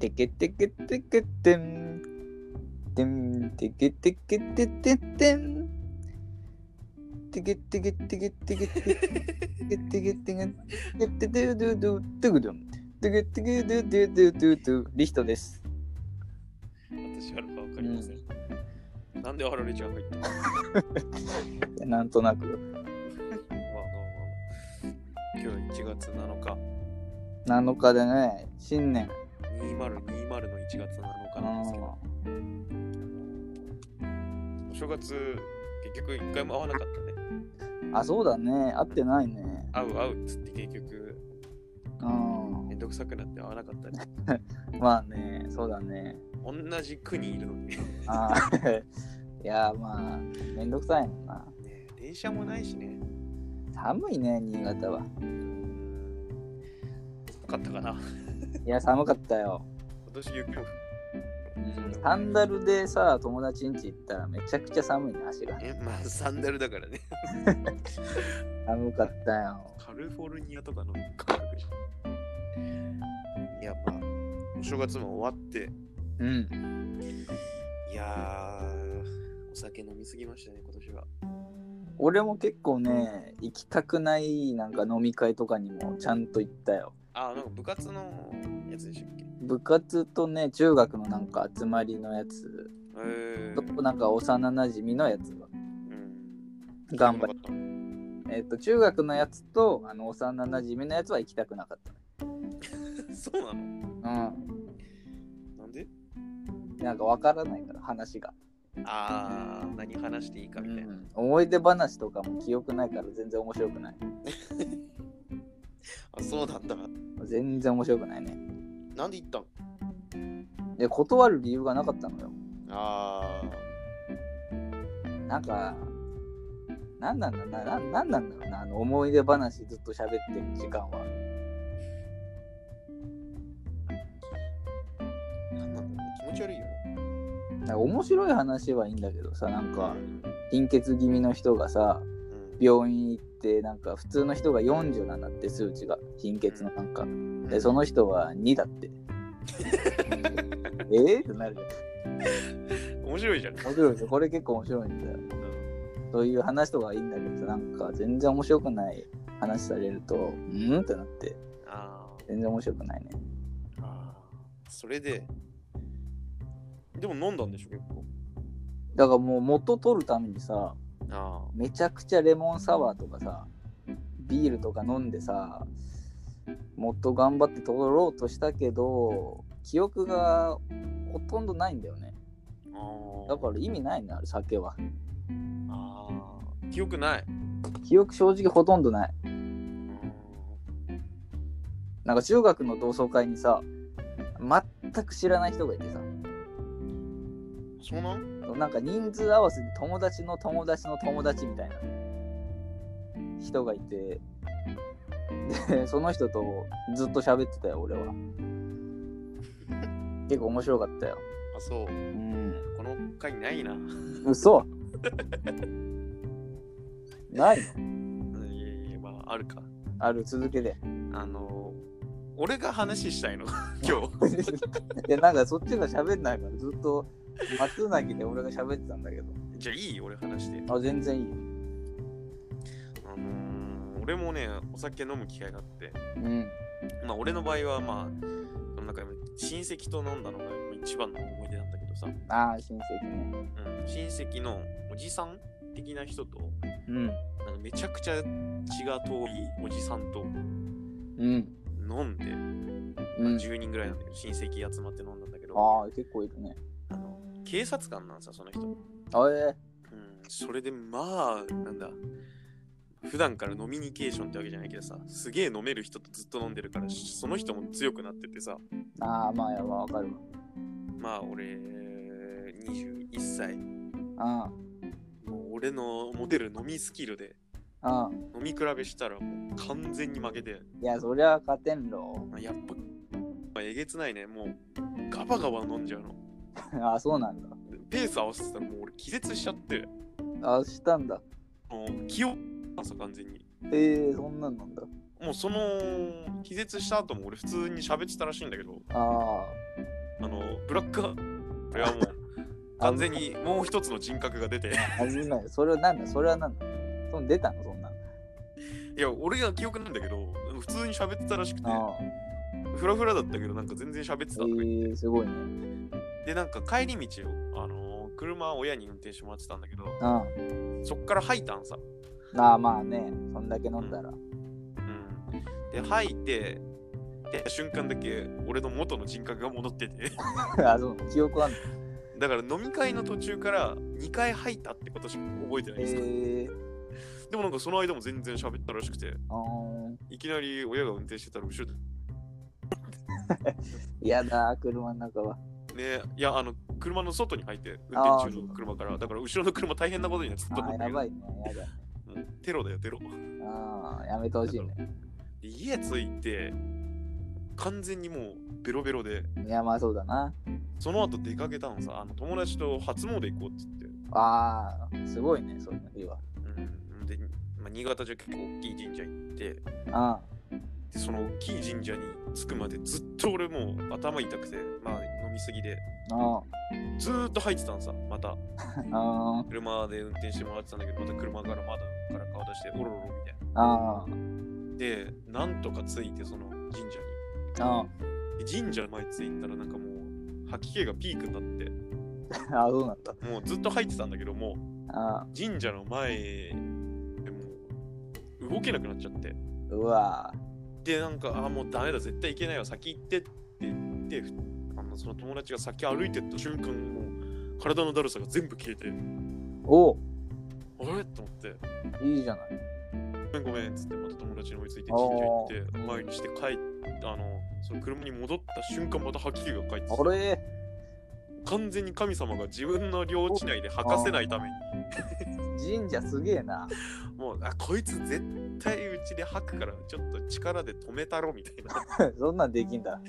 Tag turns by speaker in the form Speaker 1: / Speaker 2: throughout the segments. Speaker 1: けてけてけてん。てんてけてけてててん。てけてけてけてけてけてけてけてけててどどどどどん。てけてけどどどどどリヒトです。
Speaker 2: 私はわかりません。なんでハラレちゃん入ったのまあ
Speaker 1: なんとなく
Speaker 2: まあまあまあ。今日1月7日、
Speaker 1: 7日でね、新年。
Speaker 2: 2020の1月7日なんですけど、お正月、結局一回も会わなかったね。
Speaker 1: あ、そうだね。会ってないね。
Speaker 2: 会う会うっつって結局、
Speaker 1: うん
Speaker 2: め。んどくさくなって会わなかったね。
Speaker 1: まあね、そうだね。
Speaker 2: 同じ区にいるのに。ね
Speaker 1: あー いやーまあ、めんどくさいもんな。
Speaker 2: 電車もないしね。
Speaker 1: 寒いね、新潟は。
Speaker 2: なかったかな。今
Speaker 1: いや、寒かったよ。
Speaker 2: 年雪も降っ
Speaker 1: うんサンダルでさ、友達ん家行ったらめちゃくちゃ寒いね、足が。
Speaker 2: て、まあサンダルだからね。
Speaker 1: 寒かったよ。
Speaker 2: カリフォルニアとかの感覚じゃんいや、まあ、お正月も終わって、
Speaker 1: うん。
Speaker 2: いやー、お酒飲みすぎましたね、今年は。
Speaker 1: 俺も結構ね、行きたくないなんか飲み会とかにもちゃんと行ったよ。
Speaker 2: あー、なんか部活のやつでしたっけ
Speaker 1: 部活とね、中学のなんか集まりのやつ
Speaker 2: え
Speaker 1: と、なんか幼なじみのやつが
Speaker 2: うん。
Speaker 1: 頑張っ
Speaker 2: っ。
Speaker 1: えっ、と、中学のやつと、あの、幼なじみのやつは行きたくなかった
Speaker 2: そうなの
Speaker 1: たね。
Speaker 2: なんで
Speaker 1: うん。なんかわからないから、話が。
Speaker 2: あー、何話していいかみたいな。
Speaker 1: 思い出話とかも記憶ないから全然面白くない。
Speaker 2: あ、そうなんだ。
Speaker 1: 全然面白くないね。
Speaker 2: なんで行ったの
Speaker 1: で、断る理由がなかったのよ。
Speaker 2: あ
Speaker 1: なんか、なんなんだな、ななんなんだろうな、あの思い出話ずっと喋ってる時間は。
Speaker 2: ー、なんなんだろうね気持ち悪いよね。
Speaker 1: なんか面白い話はいいんだけどさ、なんか
Speaker 2: う、ん
Speaker 1: 貧血気味の人がさ、
Speaker 2: うん
Speaker 1: 病院行って、なんか普通の人が40なんだって、数値が。貧血のなんか。で、その人は2 だって。えーってなるじゃん。
Speaker 2: 面白いじゃん。
Speaker 1: 面白いですよ。これ結構面白いんだよ。そういう話とかはいいんだけどさ、なんか全然面白くない話されると、うんってなって、
Speaker 2: あー
Speaker 1: 全然面白くないね。
Speaker 2: あーそれで、でも飲んだんでしょ、結構。
Speaker 1: だからもう元取るためにさ、
Speaker 2: あ
Speaker 1: めちゃくちゃレモンサワーとかさ、ビールとか飲んでさ、もっと頑張って取ろうとしたけど、記憶がほとんどないんだよね。
Speaker 2: あー。
Speaker 1: だから意味ないね、あれ酒は。
Speaker 2: ああ。記憶ない。
Speaker 1: 記憶正直ほとんどない。なんか中学の同窓会にさ、全く知らない人がいてさ、
Speaker 2: そうなん
Speaker 1: なんか人数合わせで友達の友達の友達みたいな人がいて、で、その人とずっと喋ってたよ、俺は。結構面白かったよ。
Speaker 2: あ、そう。
Speaker 1: うん。
Speaker 2: この回 ないな。
Speaker 1: 嘘ないの
Speaker 2: いやいや、まあ、あるか。
Speaker 1: ある続けで。
Speaker 2: あのー、俺が話したいの、今日。
Speaker 1: いや、なんかそっちが喋んないから、ずっと松なぎで俺が喋ってたんだけど。
Speaker 2: じゃあいい俺話して。
Speaker 1: あ、全然いいよ。
Speaker 2: あのー、俺もね、お酒飲む機会があって、
Speaker 1: うん。
Speaker 2: まあ、俺の場合は、まあ、なんか親戚と飲んだのが一番の思い出なんだけどさ、
Speaker 1: ああ、親戚ね。
Speaker 2: うん、親戚のおじさん的な人と、
Speaker 1: うん。
Speaker 2: なんかめちゃくちゃ血が遠いおじさんと
Speaker 1: うん。
Speaker 2: 飲んで、
Speaker 1: う
Speaker 2: まあ
Speaker 1: ん、
Speaker 2: 10人ぐらいなんだけど、親戚集まって飲んだんだけど、
Speaker 1: ああ、結構いるね。
Speaker 2: あの警察官なんさ、その人。うん、
Speaker 1: あえ
Speaker 2: それで、まあ、なんだ、普段から飲みニケーションってわけじゃないけどさ、すげえ飲める人とずっと飲んでるから、その人も強くなっててさ、
Speaker 1: ー、ああ、まあやば、わかる
Speaker 2: まあ、俺、21歳、
Speaker 1: わ。
Speaker 2: もう俺の持てる飲みスキルで、
Speaker 1: うん。う
Speaker 2: 飲み比べしたらもう完全に負けて、
Speaker 1: ん。いや、そりゃ勝てんろ。
Speaker 2: まあやっぱ、まあえげつないね、もう、ガバガバ飲んじゃうの。
Speaker 1: ああ、そうなんだ。
Speaker 2: ペース合わせてたらもう俺気絶しちゃって、
Speaker 1: ああ、したんだ。
Speaker 2: もう気をさ完全に。
Speaker 1: ええそんなんなんだ。
Speaker 2: もうその気絶した後も俺普通に喋ってたらしいんだけど、
Speaker 1: ああ。
Speaker 2: あの、ブラックハこれはも う、完全にもう一つの人格が出て、
Speaker 1: 危ない。それはなんだそれはなんだその出たのそんな。
Speaker 2: いや、俺が記憶なんだけど、普通に喋ってたらしくて、
Speaker 1: ああ。
Speaker 2: フラフラだったけど、なんか全然喋ってた
Speaker 1: え
Speaker 2: とか言って
Speaker 1: ー、すごいね。
Speaker 2: で、なんか帰り道を、あのー車を親に運転してもらってたんだけど、
Speaker 1: あ
Speaker 2: そっから吐いたんさ。
Speaker 1: あ。ああ、まあね。そんだけ飲んだら。
Speaker 2: う ん。で、吐いて、で、瞬間だけ俺の元の人格が戻ってて、
Speaker 1: あ、 そう。記憶はあんの。
Speaker 2: だから飲み会の途中から2回吐いたってことしか覚えてないん
Speaker 1: え
Speaker 2: ですよ。
Speaker 1: ー。
Speaker 2: でもなんかその間も全然喋ったらしくて、
Speaker 1: あー
Speaker 2: いきなり親が運転してたら後ろで、
Speaker 1: やだ、車の中は。
Speaker 2: ね、いや、あの、車の外に入って、運転
Speaker 1: あー
Speaker 2: 中の車から、だから後ろの車大変なことになってたと
Speaker 1: あ
Speaker 2: 思
Speaker 1: あ、
Speaker 2: うんだ
Speaker 1: や
Speaker 2: けど、
Speaker 1: ばいね。やだ。
Speaker 2: もうテロだよ、テロ。
Speaker 1: ああ、やめてほしいね。
Speaker 2: で家着いて、完全にもうベロベロで、
Speaker 1: いや、まあそうだな。
Speaker 2: その後出かけたのさ、あの友達と初詣行こうって言って、
Speaker 1: ああ、すごいね、その日は。
Speaker 2: うん、で、まあ、新潟じゃ結構大きい神社行って、
Speaker 1: あ
Speaker 2: で、その大きい神社に着くまでずっと俺もう頭痛くて、まあ飲みすぎで、
Speaker 1: あ、あ
Speaker 2: ずーっと入ってたんさ、また
Speaker 1: あ、
Speaker 2: 車で運転してもらってたんだけど、また車から窓から顔出して、おろろみたい
Speaker 1: ああ、
Speaker 2: な。で、なんとか着いて、その神社
Speaker 1: あ
Speaker 2: に。で神社の前着いたらなんかもう、吐き気がピークになっ
Speaker 1: あ、ああ、どうなった
Speaker 2: て、もうずっと入ってたんだけど、もう
Speaker 1: ああ、
Speaker 2: 神社の前でもう動けなくなっちゃって。
Speaker 1: うわ
Speaker 2: でなんかあもうダメだ絶対行けないわ先行ってって言ってふあのその友達が先歩いてった瞬間もう体のだるさが全部消えて
Speaker 1: おお、
Speaker 2: あれと思って
Speaker 1: いいじゃない。
Speaker 2: ごめんごめんっつってまた友達に追いついて
Speaker 1: あー
Speaker 2: 神社行って前にして帰ってあのその車に戻った瞬間また吐き気が返ってきて
Speaker 1: あれ
Speaker 2: 完全に神様が自分の領地内で吐かせないために
Speaker 1: 神社すげえな。
Speaker 2: もうあこいつ絶対うちで吐くからちょっと力で止めたろみたいな
Speaker 1: そんなんできんだ。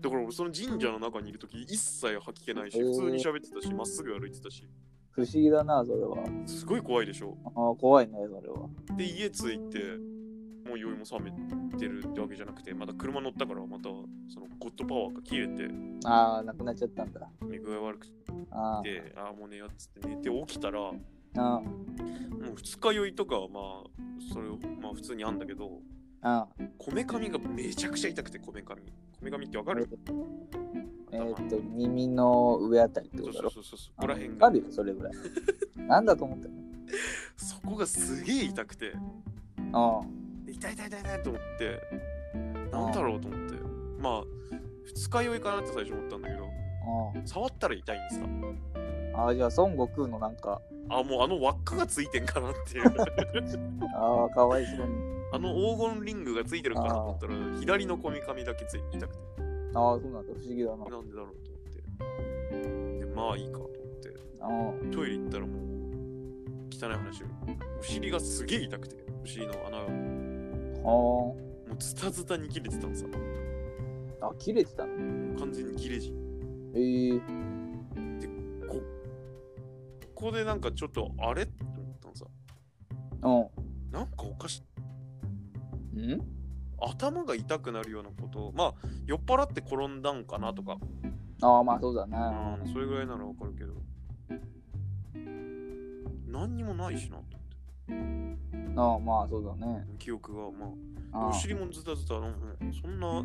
Speaker 2: だから俺その神社の中にいる時一切吐き気ないし
Speaker 1: へー
Speaker 2: 普通に喋ってたしまっすぐ歩いてたし
Speaker 1: 不思議だな、それは。
Speaker 2: すごい怖いでしょ。
Speaker 1: ああ、怖いね、それは。
Speaker 2: で、家着いて、もう酔いも冷めてるってわけじゃなくて、また車乗ったから、またそのゴッドパワーが消えて、
Speaker 1: ああ、なくなっちゃったんだ。
Speaker 2: 目具合悪く
Speaker 1: あ
Speaker 2: て、ああ、もう寝ようっつって寝て起きたら、もう
Speaker 1: あ、あ
Speaker 2: 二日酔いとかはまあ、それをまあ普通にあんだけど、
Speaker 1: あ、あ
Speaker 2: こめかみがめちゃくちゃ痛くて、こめかみ。こめかみってわ
Speaker 1: あ
Speaker 2: か。る
Speaker 1: え
Speaker 2: 頭の
Speaker 1: ーっと、耳の上あたりって
Speaker 2: そ
Speaker 1: こ
Speaker 2: う
Speaker 1: とだ
Speaker 2: そう
Speaker 1: ろ
Speaker 2: そうそう、ここら辺
Speaker 1: あ
Speaker 2: が
Speaker 1: る。よ、それぐらい。 なんだと思ってん
Speaker 2: そこがすげえ痛くて、
Speaker 1: の
Speaker 2: で痛い痛い痛い痛いと思って、なんだろうと思って、まあ、二日酔いかなって最初思ったんだけど、
Speaker 1: うん、
Speaker 2: 触ったら痛いんですか
Speaker 1: うん。ああ、じゃあ、孫悟空のなんか、
Speaker 2: あもうあの輪っかがついてんかなっていう
Speaker 1: ああ、かわいそうに。
Speaker 2: あの黄金リングがついてるかなと思ったら左のこみかみだけついて痛くて
Speaker 1: ああ、そうなんだ、不思議だな。
Speaker 2: なんでだろうと思ってでまあいいかと思って
Speaker 1: ああ
Speaker 2: トイレ行ったらもう汚い話お尻がすげえ痛くてお尻の穴がも
Speaker 1: は
Speaker 2: うズタズタに切れてたのさ
Speaker 1: あ。あ、切れてたの
Speaker 2: 完全に切れ字
Speaker 1: ええ
Speaker 2: こここでなんかちょっとあれって思ったのさなんかおかしい
Speaker 1: うん。ん
Speaker 2: 頭が痛くなるようなことまあ酔っ払って転んだんかなとか
Speaker 1: ああ、まあそうだな。
Speaker 2: あーそれぐらいならわかるけど何にもないしなと思
Speaker 1: ああ、まあそうだね。
Speaker 2: って記憶がまあ
Speaker 1: あ
Speaker 2: お尻もずたずたのうんそんな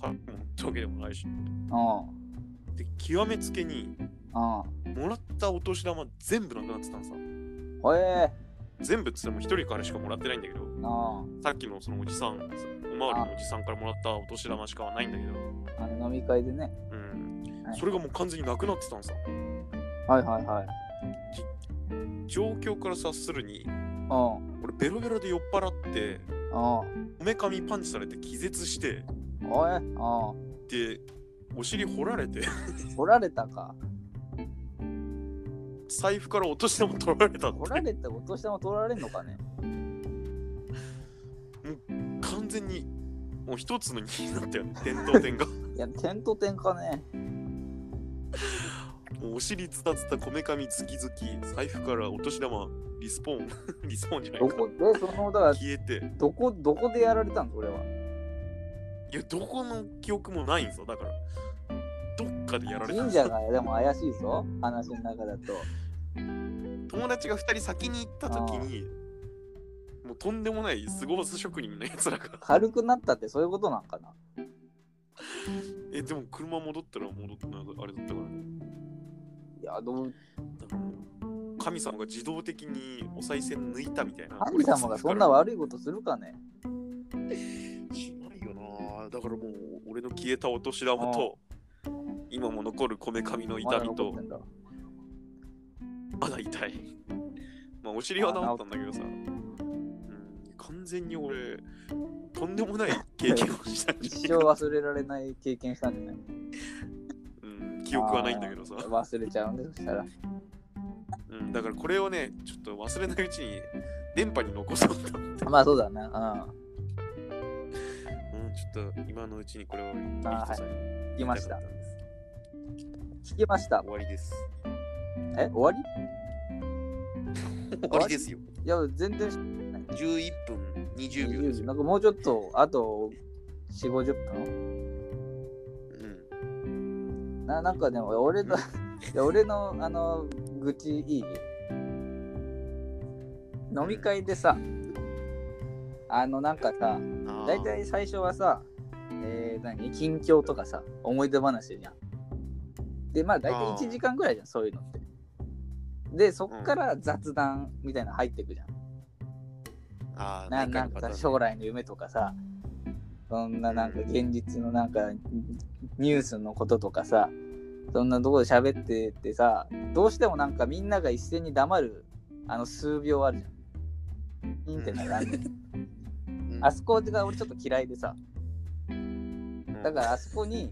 Speaker 2: 辛くもってわけでもないし
Speaker 1: あ、
Speaker 2: で極めつけに
Speaker 1: あ
Speaker 2: もらったお年玉全部なくなってたんさ
Speaker 1: あ、あええ
Speaker 2: 全部っつっても一人からしかもらってないんだけど
Speaker 1: あ
Speaker 2: さっきのそのおじさんおまわりのおじさんからもらったお年玉しかはないんだけど
Speaker 1: あ、あの飲み会でね。
Speaker 2: うん
Speaker 1: はい
Speaker 2: それがもう完全になくなってたんさ
Speaker 1: はいはいはい。
Speaker 2: 状況から察するに
Speaker 1: うん、
Speaker 2: 俺ベロベロで酔っ払って
Speaker 1: ああ、
Speaker 2: こめかみパンチされて気絶して
Speaker 1: おい、ああ、
Speaker 2: でお尻掘られて
Speaker 1: 取られたか。
Speaker 2: 財布から落としても取られたって
Speaker 1: 取られた、お年玉取られんのかね。
Speaker 2: 完全にもう一つのになったよね点と点 が
Speaker 1: いや、点と点かね。
Speaker 2: もうお尻ズタズタこめかみズキズキ財布からお年玉リスポーン リスポーンじゃな
Speaker 1: ど
Speaker 2: いか
Speaker 1: こで、その、だから、
Speaker 2: 消えて
Speaker 1: どこ、どこでやられたの、それは。
Speaker 2: いやどこの記憶もないんですよだからどっかでやられ
Speaker 1: いい
Speaker 2: た
Speaker 1: んじゃないでも怪しいぞ話の中だと
Speaker 2: 友達が2人先に行った時にもうとんでもないスゴース職人のやつらが
Speaker 1: 軽くなったってそういうことなんかな
Speaker 2: えでも車戻ったら戻ったあれだったからね
Speaker 1: いやでも
Speaker 2: だからもう神様が自動的にお賽銭抜いたみたいな
Speaker 1: 神様がそんな悪いことするかね
Speaker 2: しないよなだからもう俺の消えたお年玉と今も残るこめかみの痛
Speaker 1: まだ
Speaker 2: み
Speaker 1: 残っ
Speaker 2: と
Speaker 1: てんだ
Speaker 2: まだ痛いまあお尻は治ったんだけどさ、うん、完全に俺とんでもない経験を したんじ
Speaker 1: 一
Speaker 2: ゃない
Speaker 1: 生忘れられない経験したんじゃない
Speaker 2: うん、記憶はないんだけどさ、
Speaker 1: 忘れちゃうんでそしたら
Speaker 2: うん、だからこれをねちょっと忘れないうちに電波に残そうと思って、
Speaker 1: まあそうだな
Speaker 2: うん、ちょっと今のうちにこれをリヒト
Speaker 1: あー
Speaker 2: さんに
Speaker 1: うん聞き
Speaker 2: 言い
Speaker 1: ま
Speaker 2: た
Speaker 1: し
Speaker 2: かっ
Speaker 1: た
Speaker 2: たんです
Speaker 1: 聞きました
Speaker 2: 終わりです
Speaker 1: え終わり
Speaker 2: 終わりですよ
Speaker 1: いや全然
Speaker 2: 11分20秒ですよ、
Speaker 1: なんかもうちょっとあと4 5 0分
Speaker 2: うん
Speaker 1: ななんかでも俺のいや俺のあの愚痴いい飲み会でさあのなんかさ
Speaker 2: あー
Speaker 1: 大体最初はさえー、何近況とかさ思い出話じゃんでまあ大
Speaker 2: あー
Speaker 1: 体1時間ぐらいじゃんそういうのってでそっから雑談みたいなの入ってくじゃん
Speaker 2: あー
Speaker 1: な
Speaker 2: 何
Speaker 1: な
Speaker 2: 回
Speaker 1: ん
Speaker 2: も
Speaker 1: か
Speaker 2: 語る
Speaker 1: さ将来の夢とかさそんななんか現実のなんかニュースのこととかさそんなとこで喋っててさどうしてもなんかみんなが一斉に黙るあの数秒あるじゃん。ピンってなるあの
Speaker 2: うん
Speaker 1: あそこが俺ちょっと嫌いでさ
Speaker 2: うん
Speaker 1: だからあそこに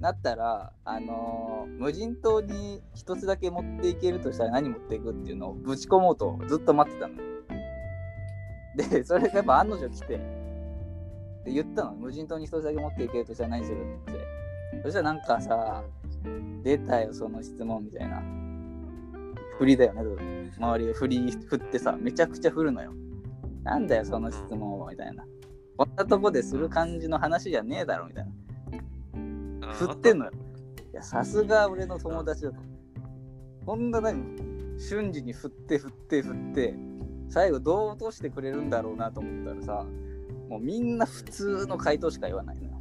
Speaker 1: なった らあのー無人島に一つだけ持っていけるとしたら何持っていくっていうのをぶち込もうとずっと待ってたの。でそれがやっぱ案の定来てで言ったの無人島に一つだけ持っていけるとしたら何するってそしたらなんかさ出たよその質問みたいな振りだよね周りが振り振ってさめちゃくちゃ振るのよなんだよその質問はみたいなこんなとこでする感じの話じゃねえだろみたいな
Speaker 2: あー
Speaker 1: 振ってんのよ。いや、さすが俺の友達だと。こんな何瞬時に振って振って振って、最後どう落としてくれるんだろうなと思ったらさ、もうみんな普通の回答しか言わないのよ。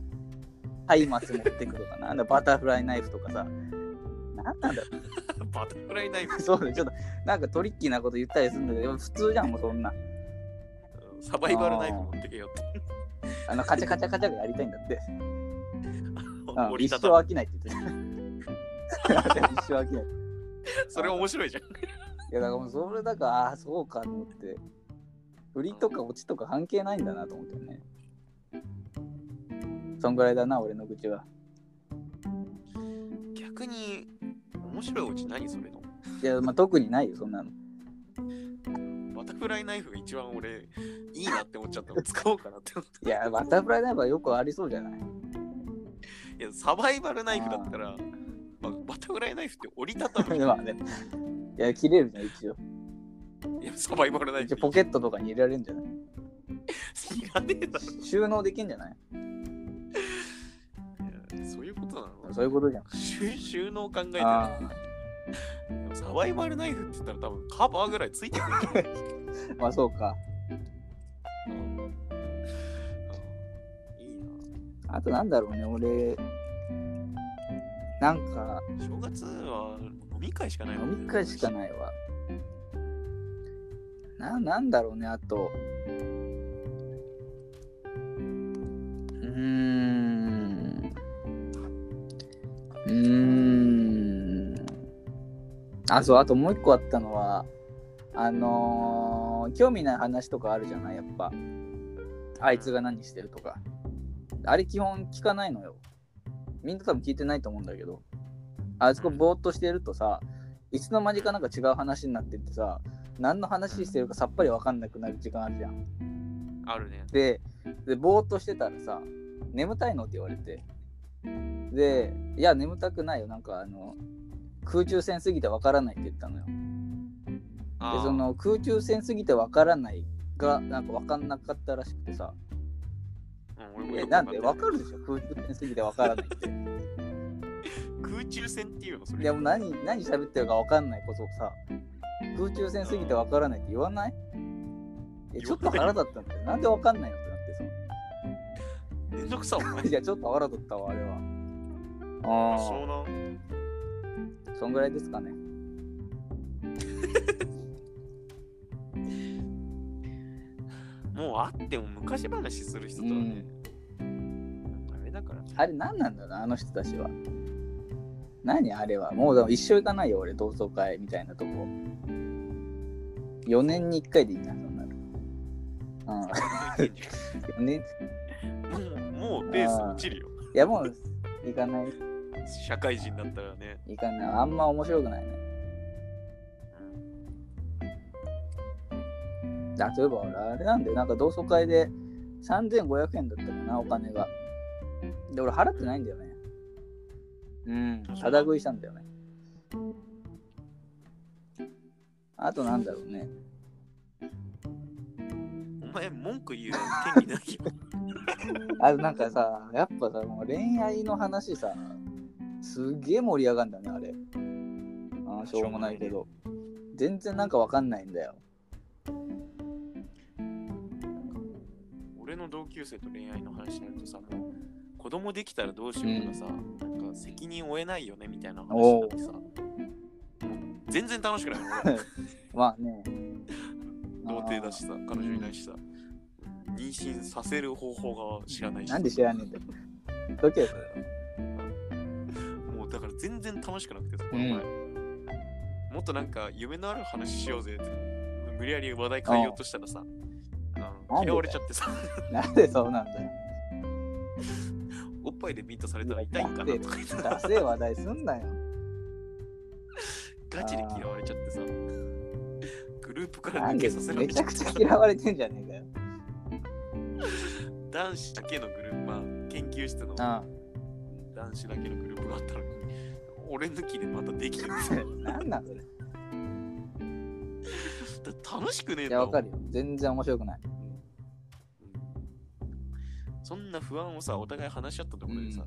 Speaker 1: 松明持ってくとか、なんだバタフライナイフとかさ、なんなんだろ
Speaker 2: バタフライナイフ
Speaker 1: うそうだよちょっとなんかトリッキーなこと言ったりするんだけど、普通じゃん、もうそんな。
Speaker 2: サバイバルナイフ持ってけよって
Speaker 1: あのカチャカチャカチャがやりたいんだって。うん
Speaker 2: 折り
Speaker 1: 一
Speaker 2: た
Speaker 1: 生
Speaker 2: たむ
Speaker 1: 飽きないって言ってた。 一生飽きない。
Speaker 2: それ面白いじゃん
Speaker 1: いやだからもうそれだからああそうかと思って振りとかオチとか関係ないんだなと思ってねそんぐらいだな俺の口は
Speaker 2: 逆に面白いうち何それの
Speaker 1: いやまあ特にないよそんなの
Speaker 2: バタフライナイフが一番俺いいなって思っちゃったの使おうかなって思っ
Speaker 1: いやバタフライナイフはよくありそうじゃない
Speaker 2: た いやサバイバルナイフだったら、まあ、バタフライナイフって折りたたむじゃん
Speaker 1: まあねいや切れるじゃん一応
Speaker 2: いやサバイバルナイ
Speaker 1: 一
Speaker 2: フ
Speaker 1: 応ポケットとかに入れられるんじゃない
Speaker 2: いらねえだ
Speaker 1: 収納できんじゃない
Speaker 2: ろいやそういうことなの
Speaker 1: そういうことじゃん
Speaker 2: 収 収納考えて
Speaker 1: あ
Speaker 2: ないでもサバイバルナイフって言ったら多分カバーぐらいついてくる
Speaker 1: あまあそうか
Speaker 2: うんいい
Speaker 1: あとなんだろうね俺なんか
Speaker 2: な正月は飲み会しかないもんね
Speaker 1: 飲み会しかないわななんだろうねあとうーんうーんあそうあともう一個あったのはあのー興味ない話とかあるじゃないやっぱあいつが何してるとかあれ基本聞かないのよみんな多分聞いてないと思うんだけどあそこぼーっとしてるとさいつの間にかなんか違う話になってってさ何の話してるかさっぱり分かんなくなる時間あるじゃん
Speaker 2: あるね
Speaker 1: ででぼーっとしてたらさ「眠たいの?」って言われてで「いや眠たくないよなんかあの空中戦すぎてわからない」って言ったのよで
Speaker 2: あー
Speaker 1: その空中戦すぎてわからないがなんかわかんなかったらしくてさ「
Speaker 2: うん俺も
Speaker 1: え
Speaker 2: よく
Speaker 1: なんで
Speaker 2: わ
Speaker 1: わ
Speaker 2: か
Speaker 1: かるでしょ空中戦すぎてわからない」って
Speaker 2: 空中戦っていうのそれ
Speaker 1: いやもう何何喋ってるか分かんないこそさ空中戦すぎて分からないって言わないえちょっと腹立ったんだよなんで分かんないのってなってさ
Speaker 2: めんどくさお前
Speaker 1: いやちょっと腹立ったわあれはあ
Speaker 2: そうなん
Speaker 1: あそんぐらいですかね
Speaker 2: もう会っても昔話する人とはね、あれだから
Speaker 1: あれ何なんだろうなあの人たちは何あれはもうでも一生行かないよ俺同窓会みたいなとこ4年に1回でいいなそんなのうん4年
Speaker 2: もうもうペース落ちるよ
Speaker 1: いやもう行かない
Speaker 2: 社会人だったらね
Speaker 1: 行かないあんま面白くないねあそういえば俺あれなんだよなんか同窓会で3500円だったかなお金がで俺払ってないんだよねうんただ食いしたんだよねあとなんだろうね
Speaker 2: お前文句言う権利ないよ
Speaker 1: あとなんかさやっぱさもう恋愛の話さすげえ盛り上がるんだねあれあーしょうもないけど全然なんかわかんないんだよ
Speaker 2: 俺の同級生と恋愛の話になるとさもう子供できたらどうしようとかさ、なんか責任負えないよねみたいな話になってさもう全然楽しくない俺
Speaker 1: まあね。
Speaker 2: 童貞だしさ彼女いないしさ妊娠させる方法が知らないし
Speaker 1: なんで知らねえんだよ。どけよそれ
Speaker 2: もうだから全然楽しくなくてさ、
Speaker 1: うん
Speaker 2: この前もっとなんか夢のある話しようぜって無理やり話題変えようとしたらさあの
Speaker 1: なんでだよ
Speaker 2: 嫌われちゃってさ
Speaker 1: なんでそうなんだよ。
Speaker 2: おっぱいでビートされたら痛いんか
Speaker 1: いや
Speaker 2: なとか言ってさ
Speaker 1: ダセえ話題すんなよ。
Speaker 2: ガチで嫌われちゃってさグループから
Speaker 1: なん
Speaker 2: 抜け
Speaker 1: で
Speaker 2: させら
Speaker 1: め
Speaker 2: れ
Speaker 1: ち
Speaker 2: ちゃっ
Speaker 1: ゃく
Speaker 2: て
Speaker 1: ちゃ
Speaker 2: さ
Speaker 1: 嫌われてんじゃねえかよ。
Speaker 2: 男子だけのグループまあ研究室の
Speaker 1: あ
Speaker 2: 男子だけのグループがあったのに俺抜きでまたできてるさ
Speaker 1: あ。なんなんそれ。い
Speaker 2: 楽しくねえんだ
Speaker 1: や、
Speaker 2: もん
Speaker 1: わかるよ。全然面白くない。
Speaker 2: そんな不安をさ、お互い話し合ったところでさ、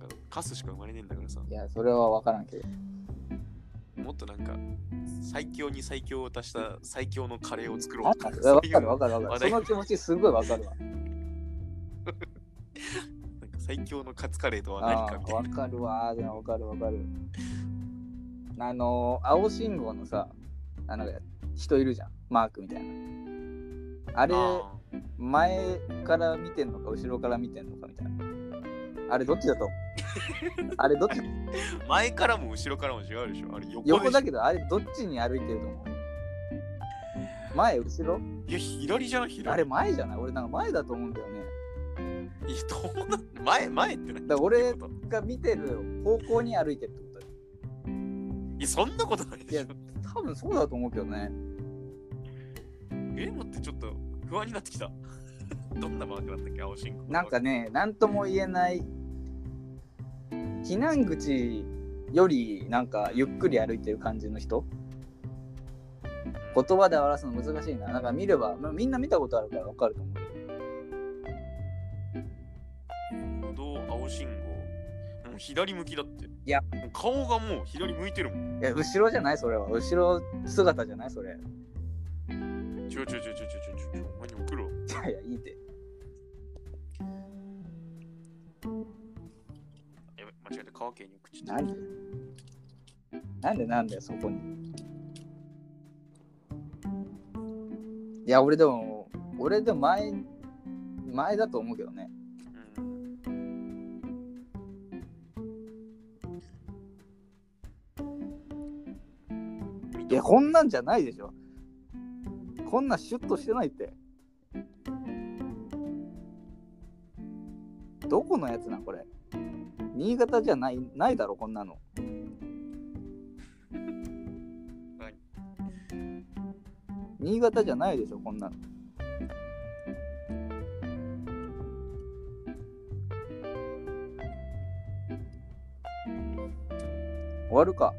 Speaker 2: なんか、カスしか生まれねえんだからさ、
Speaker 1: いや、それはわから んけど。
Speaker 2: もっとなんか、最強に最強を足した最強のカレーを作ろ
Speaker 1: なん
Speaker 2: うとか
Speaker 1: なん、それ
Speaker 2: そう
Speaker 1: わ
Speaker 2: い
Speaker 1: か
Speaker 2: う
Speaker 1: る
Speaker 2: なん
Speaker 1: わ
Speaker 2: か
Speaker 1: かるわかる。その気持ちすごいわかるわ。
Speaker 2: 最強のカツカレーとは何かみた
Speaker 1: ああ
Speaker 2: い
Speaker 1: わかるわ。でもわかるわかる。あのー、青信号のさ、あの、人いるじゃん。マークみたいな。あれ、
Speaker 2: な。あ
Speaker 1: 前から見てんのか後ろから見てんのかみたいなあれどっちだと あれどっち
Speaker 2: ー前からも後ろからも違うでしょ。あれ横でしょ
Speaker 1: 横だけどあれどっちに歩いてると思う前後ろ
Speaker 2: いや、左じゃない左。
Speaker 1: あれ前じゃない俺なんか前だと思うんだよ
Speaker 2: い
Speaker 1: ね
Speaker 2: やどうな前、前って何
Speaker 1: だから俺
Speaker 2: どういうこ
Speaker 1: が見てる方向に歩いてるってことだよ
Speaker 2: といや、そんなことないでしょ
Speaker 1: い。多分そうだと思うけどね
Speaker 2: え、待って、ちょっと不安になってきた。 どんなマークだったっけ、青信号。
Speaker 1: なんかね何とも言えない避難口よりなんかゆっくり歩いてる感じの人言葉で表すの難しいななんか見ればまあみんな見たことあるからわかると思うけど
Speaker 2: 歩道青信号もう左向きだって
Speaker 1: いや
Speaker 2: もう顔がもう左向いてるもん
Speaker 1: いや、後ろじゃないそれは。後ろ姿じゃないそれ。い
Speaker 2: ちょちょちょちょちょちょちょお前に送ろう
Speaker 1: やいや、いいって。
Speaker 2: やべ間違えて川県に送っちゃっ
Speaker 1: なんでなんでなんだよ、そこに。いや、俺でも、俺でも前、前だと思うけどね。
Speaker 2: た、うん、
Speaker 1: いや、こんなんじゃないでしょ。こんなんシュッとしてないって。どこのやつなんこれ。新潟じゃない、ないだろ、こんなの。
Speaker 2: はい
Speaker 1: 新潟じゃないでしょ、こんなの。終わるか。